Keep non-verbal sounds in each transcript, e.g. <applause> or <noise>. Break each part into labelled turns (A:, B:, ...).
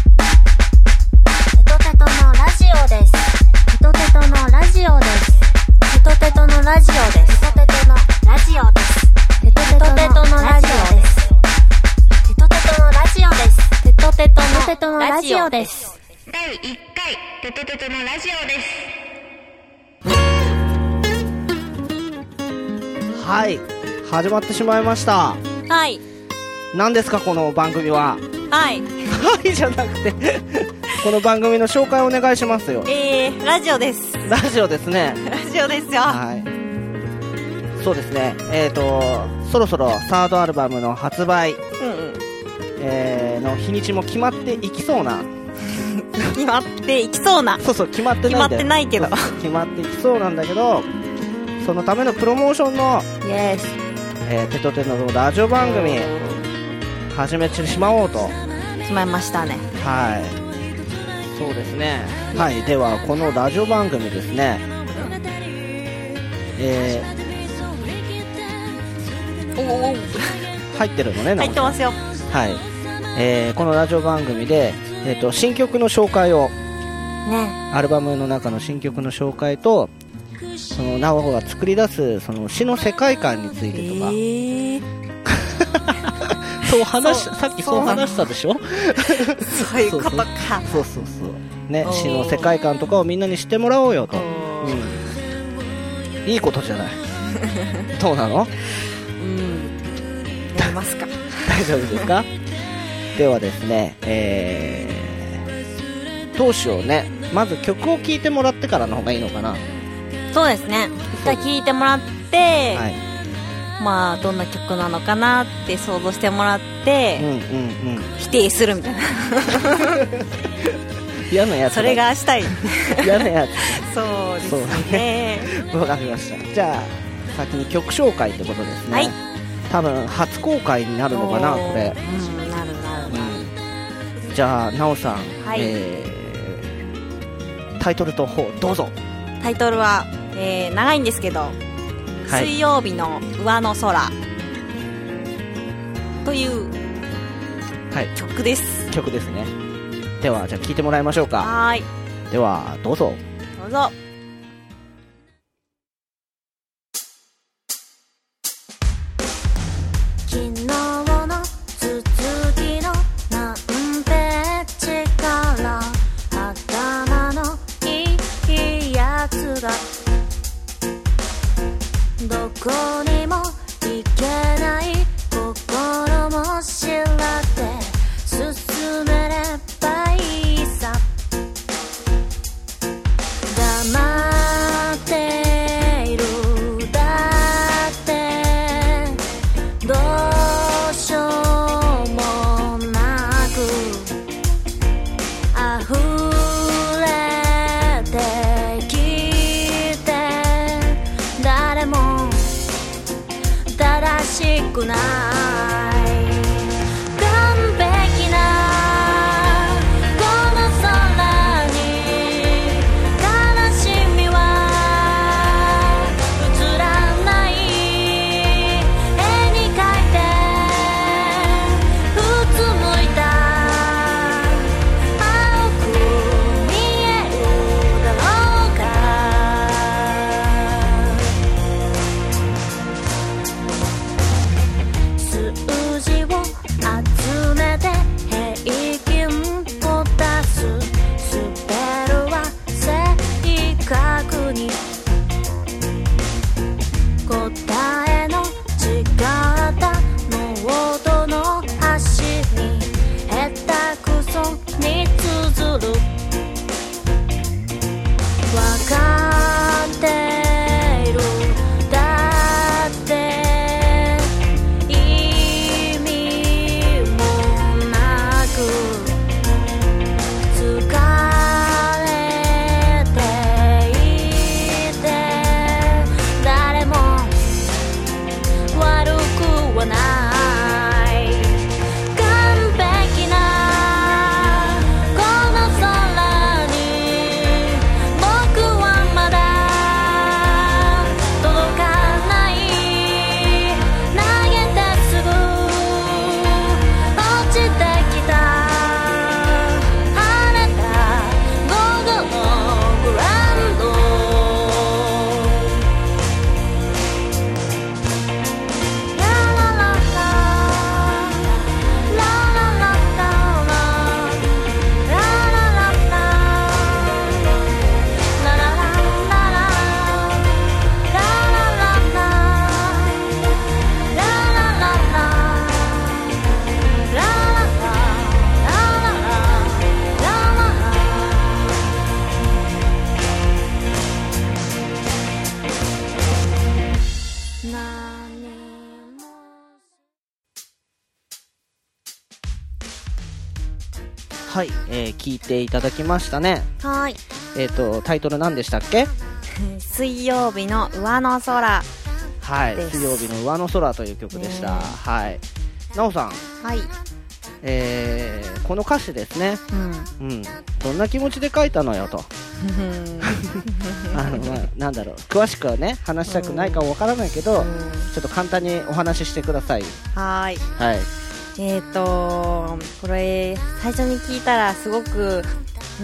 A: テトテトのラジオです。テトテトのラジオです。テトテトのラジオです。テトテトのラジオです。テトテトのラジオです。テトテトのラジオです。テトテトのラジオです。
B: 第1回テトテトのラジオです
C: はい始まってしまいました
D: はい。
C: 何ですかこの番組は <laughs>
D: はい。
C: はいじゃなくて <laughs> この番組の紹介お願いしますよ
D: えー、ラジオです。
C: ラジオですね
D: ラジオですよ。
C: はいそうですねえっ、とそろそろサードアルバムの発売、
D: うんうん。
C: えーの日にちも決まっていきそうな
D: 決まっていきそうな。
C: そうそう決まってないんだ
D: 決
C: よ
D: まってないけど
C: そうそう決まっていきそうなんだけどそのためのプロモーションの
D: イエス。
C: 「えーテトテト」のラジオ番組始めてしまおうと
D: 決まりましたね。
C: はい。そうですね。はい。では、このラジオ番組ですね。え
D: おおお。
C: ー、入ってるのね、な
D: 入
C: ん
D: って
C: か
D: ますよ。
C: はい。えー、このラジオ番組で、えっ、と、新曲の紹介を、
D: ね。
C: アルバムの中の新曲の紹介と、その、ナオが作り出す、その、詩の世界観につい
D: え
C: てとか、
D: ー、
C: そう話し、
D: そう
C: さっきそう話したでしょ
D: そういうことか。
C: そうそうそう。ね
D: お、ー
C: 詩の世界観とかをみんなに知ってもらおうよと。
D: おー
C: うん。いいことじゃない。どうなの <laughs>
D: うん。やりますか。
C: 大丈夫ですかではですね、えー、どうしようね。まず曲を聴いてもらってからの方がいいのかな。は
D: そうですね。一回聞いてもらって、
C: い。
D: まあ、どんな曲なのかなって想像してもらっ
C: うん
D: て、
C: うんうん。
D: 否定するみたいな。
C: 嫌なやつだ。
D: <laughs> <laughs> それがしたい。
C: <laughs> 嫌なや
D: そうで
C: そうだ
D: すね。
C: つ。わかりました。じゃあ、先に曲紹介ってことですね。
D: はい
C: 多分、初公開になるのかな、
D: お
C: こ
D: ー
C: れ。
D: うん、なるなるなる。
C: うん。じゃあ、なおさん、
D: はい
C: えー、タイトルと方、どうぞ。
D: タイトルは、えー長いんですけど、
C: い
D: 水曜日の上の空という
C: はい。
D: 曲です。
C: 曲ですね。では、じゃあ聴いてもらいましょうか。
D: はーい。
C: では、どうぞ。
D: どうぞ。
A: 昨日の続きの何ページから頭のいいやつがどこにも行けない心も知らって進めればいいさ「黙っているだって」どうしようもなく溢れてきて誰も正しくない完璧なこの空に悲しみは映らない絵に描いてうつむいた青く見えるだろうか数字を集めて平均を出すスペルは正確に答えの違ったノートの端に下手くそに綴るわかっているだって意味もなく疲れてい
C: はい、えー聞いていただきましたね。
D: はーい。
C: えっ、と、タイトル何でしたっけ
D: <laughs> 水曜日の上の空。
C: はい。
D: です
C: 水曜日の上の空という曲でした。
D: ね
C: はい。なおさん、
D: はい。
C: えーこの歌詞ですね。
D: うん。 <laughs>
C: うん。どんな気持ちで書いたのよと。あ <laughs> の、まあ、なんだろう。詳しくはね、話したくないかもわからないけど、ちょっと簡単にお話ししてください。
D: はーい。
C: はい。
D: えっ、ー、と、これ、最初に聞いたらすごく、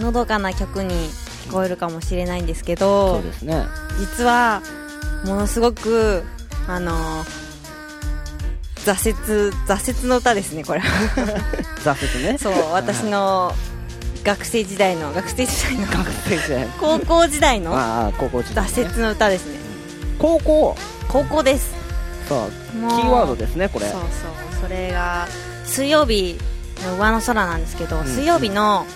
D: のどかな曲に聞こえるかもしれないんですけど
C: そう、ですね。
D: 実は、ものすごく、あの、挫折、挫折の歌ですね、これは。
C: 挫折ね。 <laughs>
D: そう、私の学生時代の、学生時代の、
C: 学生時代。
D: 高校時代の
C: <laughs> ああ、高校時代、ね。
D: 挫折の歌ですね。
C: 高校。
D: 高校です。
C: そう。キ
D: もう
C: ーワードですね、これ。
D: そうそうそれが水曜日の上の空なんですけど、
C: ん
D: 水曜日の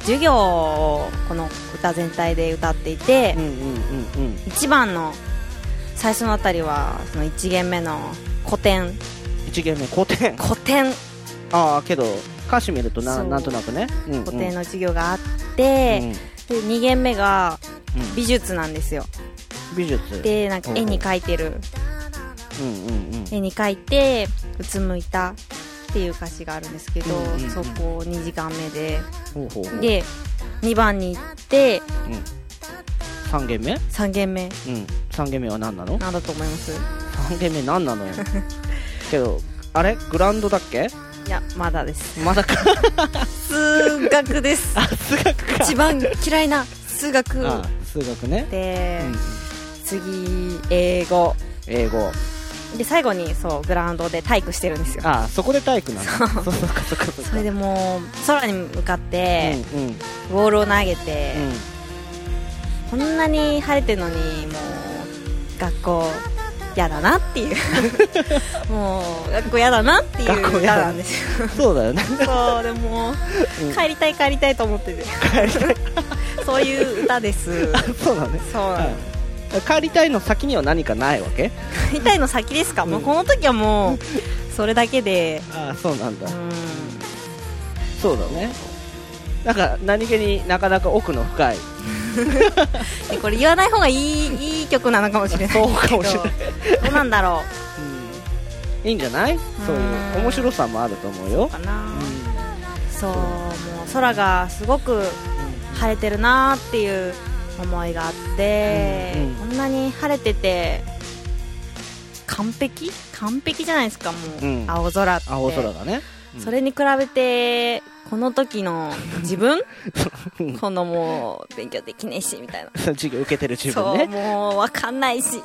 D: 授業をこの歌全体で歌っていて
C: うん、うんうんうん。
D: 一番の最初のあたりはその1限目の古典
C: 一限目、
D: <laughs>
C: 古典。
D: 古典
C: ああ、けど、歌詞見るとな、
D: そう
C: なんとなくね。うんうん
D: 古典の授業があっ
C: う
D: て
C: ん、
D: で2限目が
C: うん
D: 美術なんですよ
C: 美術。
D: でなんか絵に描いてる
C: うんうんうん。
D: 絵に描いてうつむいたっていう歌詞があるんですけど、
C: うんうんうん
D: そこを2時間目で
C: ほうほうほう、
D: で2番に行って
C: うん、3軒目、うん、
D: 3軒目
C: 3軒目は何なの
D: なんだと思いますい
C: ?3 軒目何な
D: <laughs>
C: のよけどあれグラウンドだっけ
D: やまだです
C: まだか
D: <laughs> 数学です
C: 数学か
D: 一番嫌いな数学
C: ああ数学ね、
D: で、
C: うん、
D: 次英語
C: 英語
D: で最後にそうグラウンドで体育してるんですよ
C: ああそこで体育なのそうそうかそうかそうか
D: それでもう空に向かって
C: うんうん
D: ボールを投げて、
C: うん
D: こんなに晴れてるのにもう学校嫌だなって
C: <laughs>
D: いうもう学校嫌だなっていう
C: 学校
D: 歌
C: 嫌だ
D: なんですよ
C: そうだよね
D: そうでも、
C: うん
D: 帰りたい帰りたいと思っててそういう歌です
C: そうだね
D: そう
C: はい帰りたいの先には何かないわけ
D: 帰りたいの先ですか、もうこの時はもうそれだけで
C: ああそうなんだ、
D: うん
C: そうだねなんか何気になかなか奥の深い
D: でこれ言わない方がいいいい曲なのかもしれない
C: そうかもしれない
D: けどどうなんだろ
C: うんいいんじゃないそういう面白さもあると思うよ
D: う、かな、
C: う
D: そうもう空がすごく晴れてるなーっていう思いがあって、
C: うんうん
D: こんなに晴れてて完璧完璧じゃないですかもう、
C: うん
D: 青空って
C: ん、青空だね
D: それに比べてこの時の自
C: <laughs>
D: 分
C: うん
D: このもう勉強できねえしみたいな
C: 授業受けてる自分ね
D: そうもう分かんないし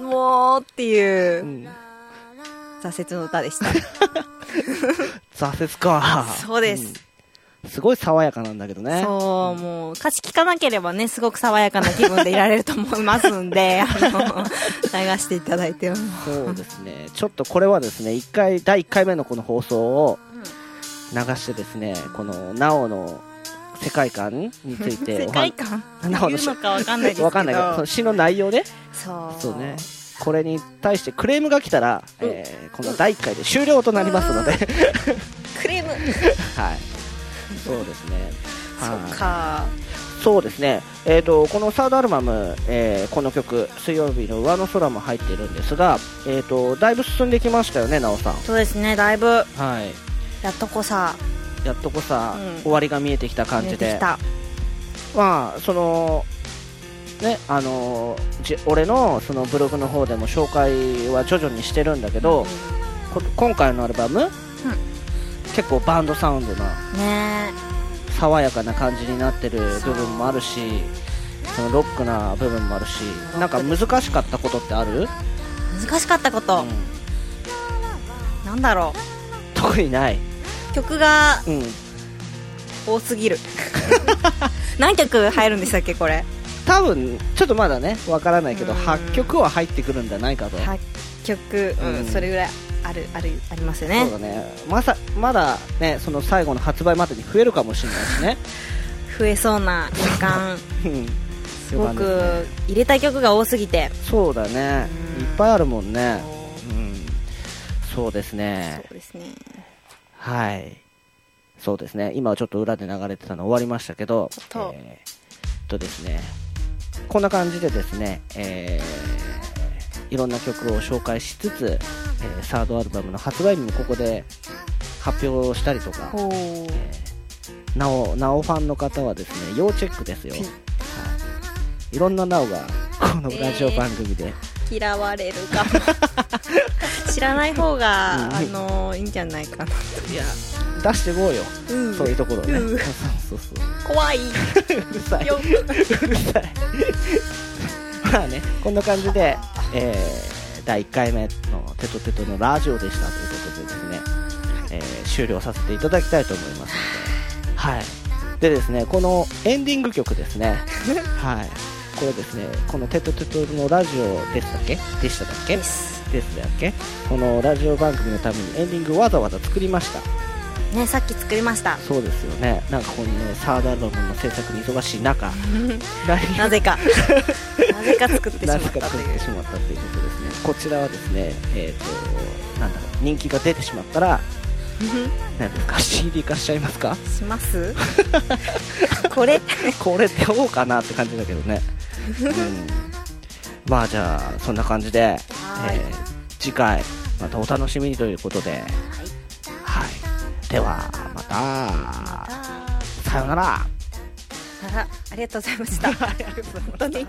D: もうっていううん挫折の歌でした
C: 挫折か
D: そうです、
C: うんすごい爽やかなんだけどね
D: そう、もう、歌詞聞かなければね、すごく爽やかな気分でいられると思いますん <laughs> で、あの、流していただいても。
C: そうですねちょっとこれはですね一回第1回目のこの放送を流してですねこのなおの世界観について
D: <laughs> 世界観って
C: なお
D: いうのかわかんないですけど。
C: わかんないけどその詩の内容ね
D: そう。
C: そうね。これに対してクレームが来たら、えーこの第1回で終了となりますので、
D: クレーム。
C: <laughs> はい。そうですね。
D: そ
C: はい
D: っか。
C: そうですね。えっ、とこのサードアルバム、えーこの曲水曜日の上の空も入っているんですが、えっ、とだいぶ進んできましたよね、なおさん。
D: そうですね、だいぶ、
C: はい。
D: やっとこさ、
C: やっとこさ、
D: うん
C: 終わりが見えてきた感
D: 出
C: じ
D: て
C: で
D: き、た。
C: まあその。ね、あのじ俺のそのブログの方でも紹介は徐々にしてるんだけど、こ今回のアルバム、結構バンドサウンドな
D: ね
C: 爽やかな感じになってる部分もあるしそのロックな部分もあるし
D: ロ
C: なん
D: ッ
C: か
D: ク
C: 難しかったことってある、
D: 難しかったこ
C: う
D: と
C: ん、、
D: なんだろ
C: 特にない、
D: う。曲が
C: うん、
D: 多す <laughs> ぎる。何曲入るんでしたっけ、これ。
C: 多分ちょっとまだねわからないけど
D: うん
C: 8曲は入ってくるんじゃないかと、
D: 8曲、うん
C: うん
D: それぐらいあるあるありますよ
C: そ
D: ね
C: うだねまさまだねその最後の発売までに増えるかもしれ
D: <laughs>
C: ないしね
D: 増えそうな予感
C: うん
D: すごく入れたい曲が多すぎて
C: そうだね
D: うん
C: いっぱいあるもんね
D: そ
C: うんそうですね
D: うですね
C: はいそうですね今はちょっと裏で流れてたの終わりましたけど
D: っと
C: えーっとですねこんな感じでですね、えーいろんな曲を紹介しつつ、えーサードアルバムの発売日もここで発表したりとか
D: ほう
C: なおなおファンの方はですね要チェックですよ、はい、いろんななおがこのラジオ番組で、
D: 嫌われる <laughs> かも知らない方が、
C: うん
D: あのいいんじゃないかな、
C: いや出してこうよ、
D: うん
C: <laughs> そういうところをね、
D: うん
C: そうそうそう
D: 怖いう
C: るさい
D: よ
C: うるさいまあねこんな感じで、えー第1回目の「テトテトのラジオ」でしたということでですね、えー終了させていただきたいと思いますのではいでですねこのエンディング曲で
D: <laughs>
C: すねはいこれですねこの「テトテトのラジオ」でしたっけでしただっけ
D: です
C: ですだっけこのラジオ番組のためにエンディングをわざわざ作りました
D: ねさっき作りました
C: そうですよねなんかこのねサードアルバムの制作に忙しい
D: <laughs>
C: 中来年
D: なぜ <laughs> かなぜか作ってしま
C: な
D: っ
C: ぜ
D: た
C: か
D: と
C: 作
D: い
C: って
D: う
C: しまったということですねこちらはですねえっ、となんだろう人気が出てしまったら何ですか CD 化しちゃいますか
D: します <laughs> これ
C: これってどうかなって感じだけどね、うん、まあじゃあそんな感じで、
D: はい
C: えー次回またお楽しみにということではい、ではまたさようなら
D: あありがとうございました本当に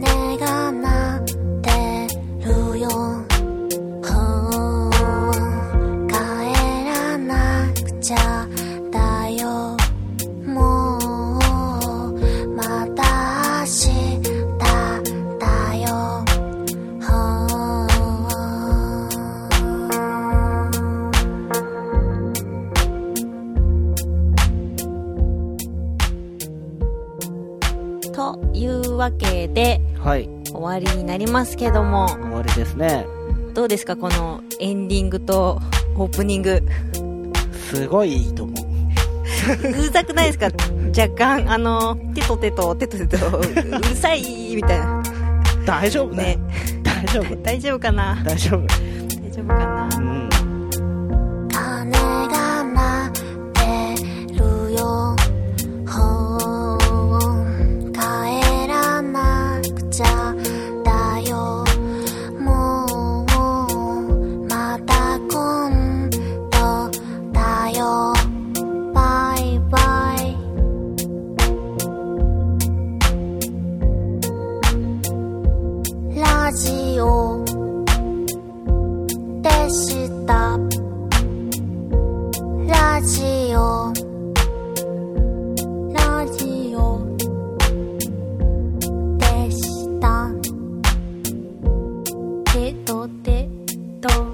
A: 鐘が鳴ってるよほう帰らなくちゃだよもうまた明日だよほう
D: というわけで
C: はい
D: 終わりになりますけども
C: 終わりですね
D: どうですかこのエンディングとオープニング
C: すごいいいと思う
D: うざくないですか若干あのテトテトテトテトうるさいみたいな
C: 大丈夫ね
D: ね
C: 大丈夫
D: 大丈夫かな
C: 大丈夫
D: 大丈夫かな
C: うん
A: 「鐘が鳴ってるよ」「ほう帰らなくちゃだよ」「もうまた今度だよ」「バイバイ」「ラジオでした」ラジオラジオでしたテトテト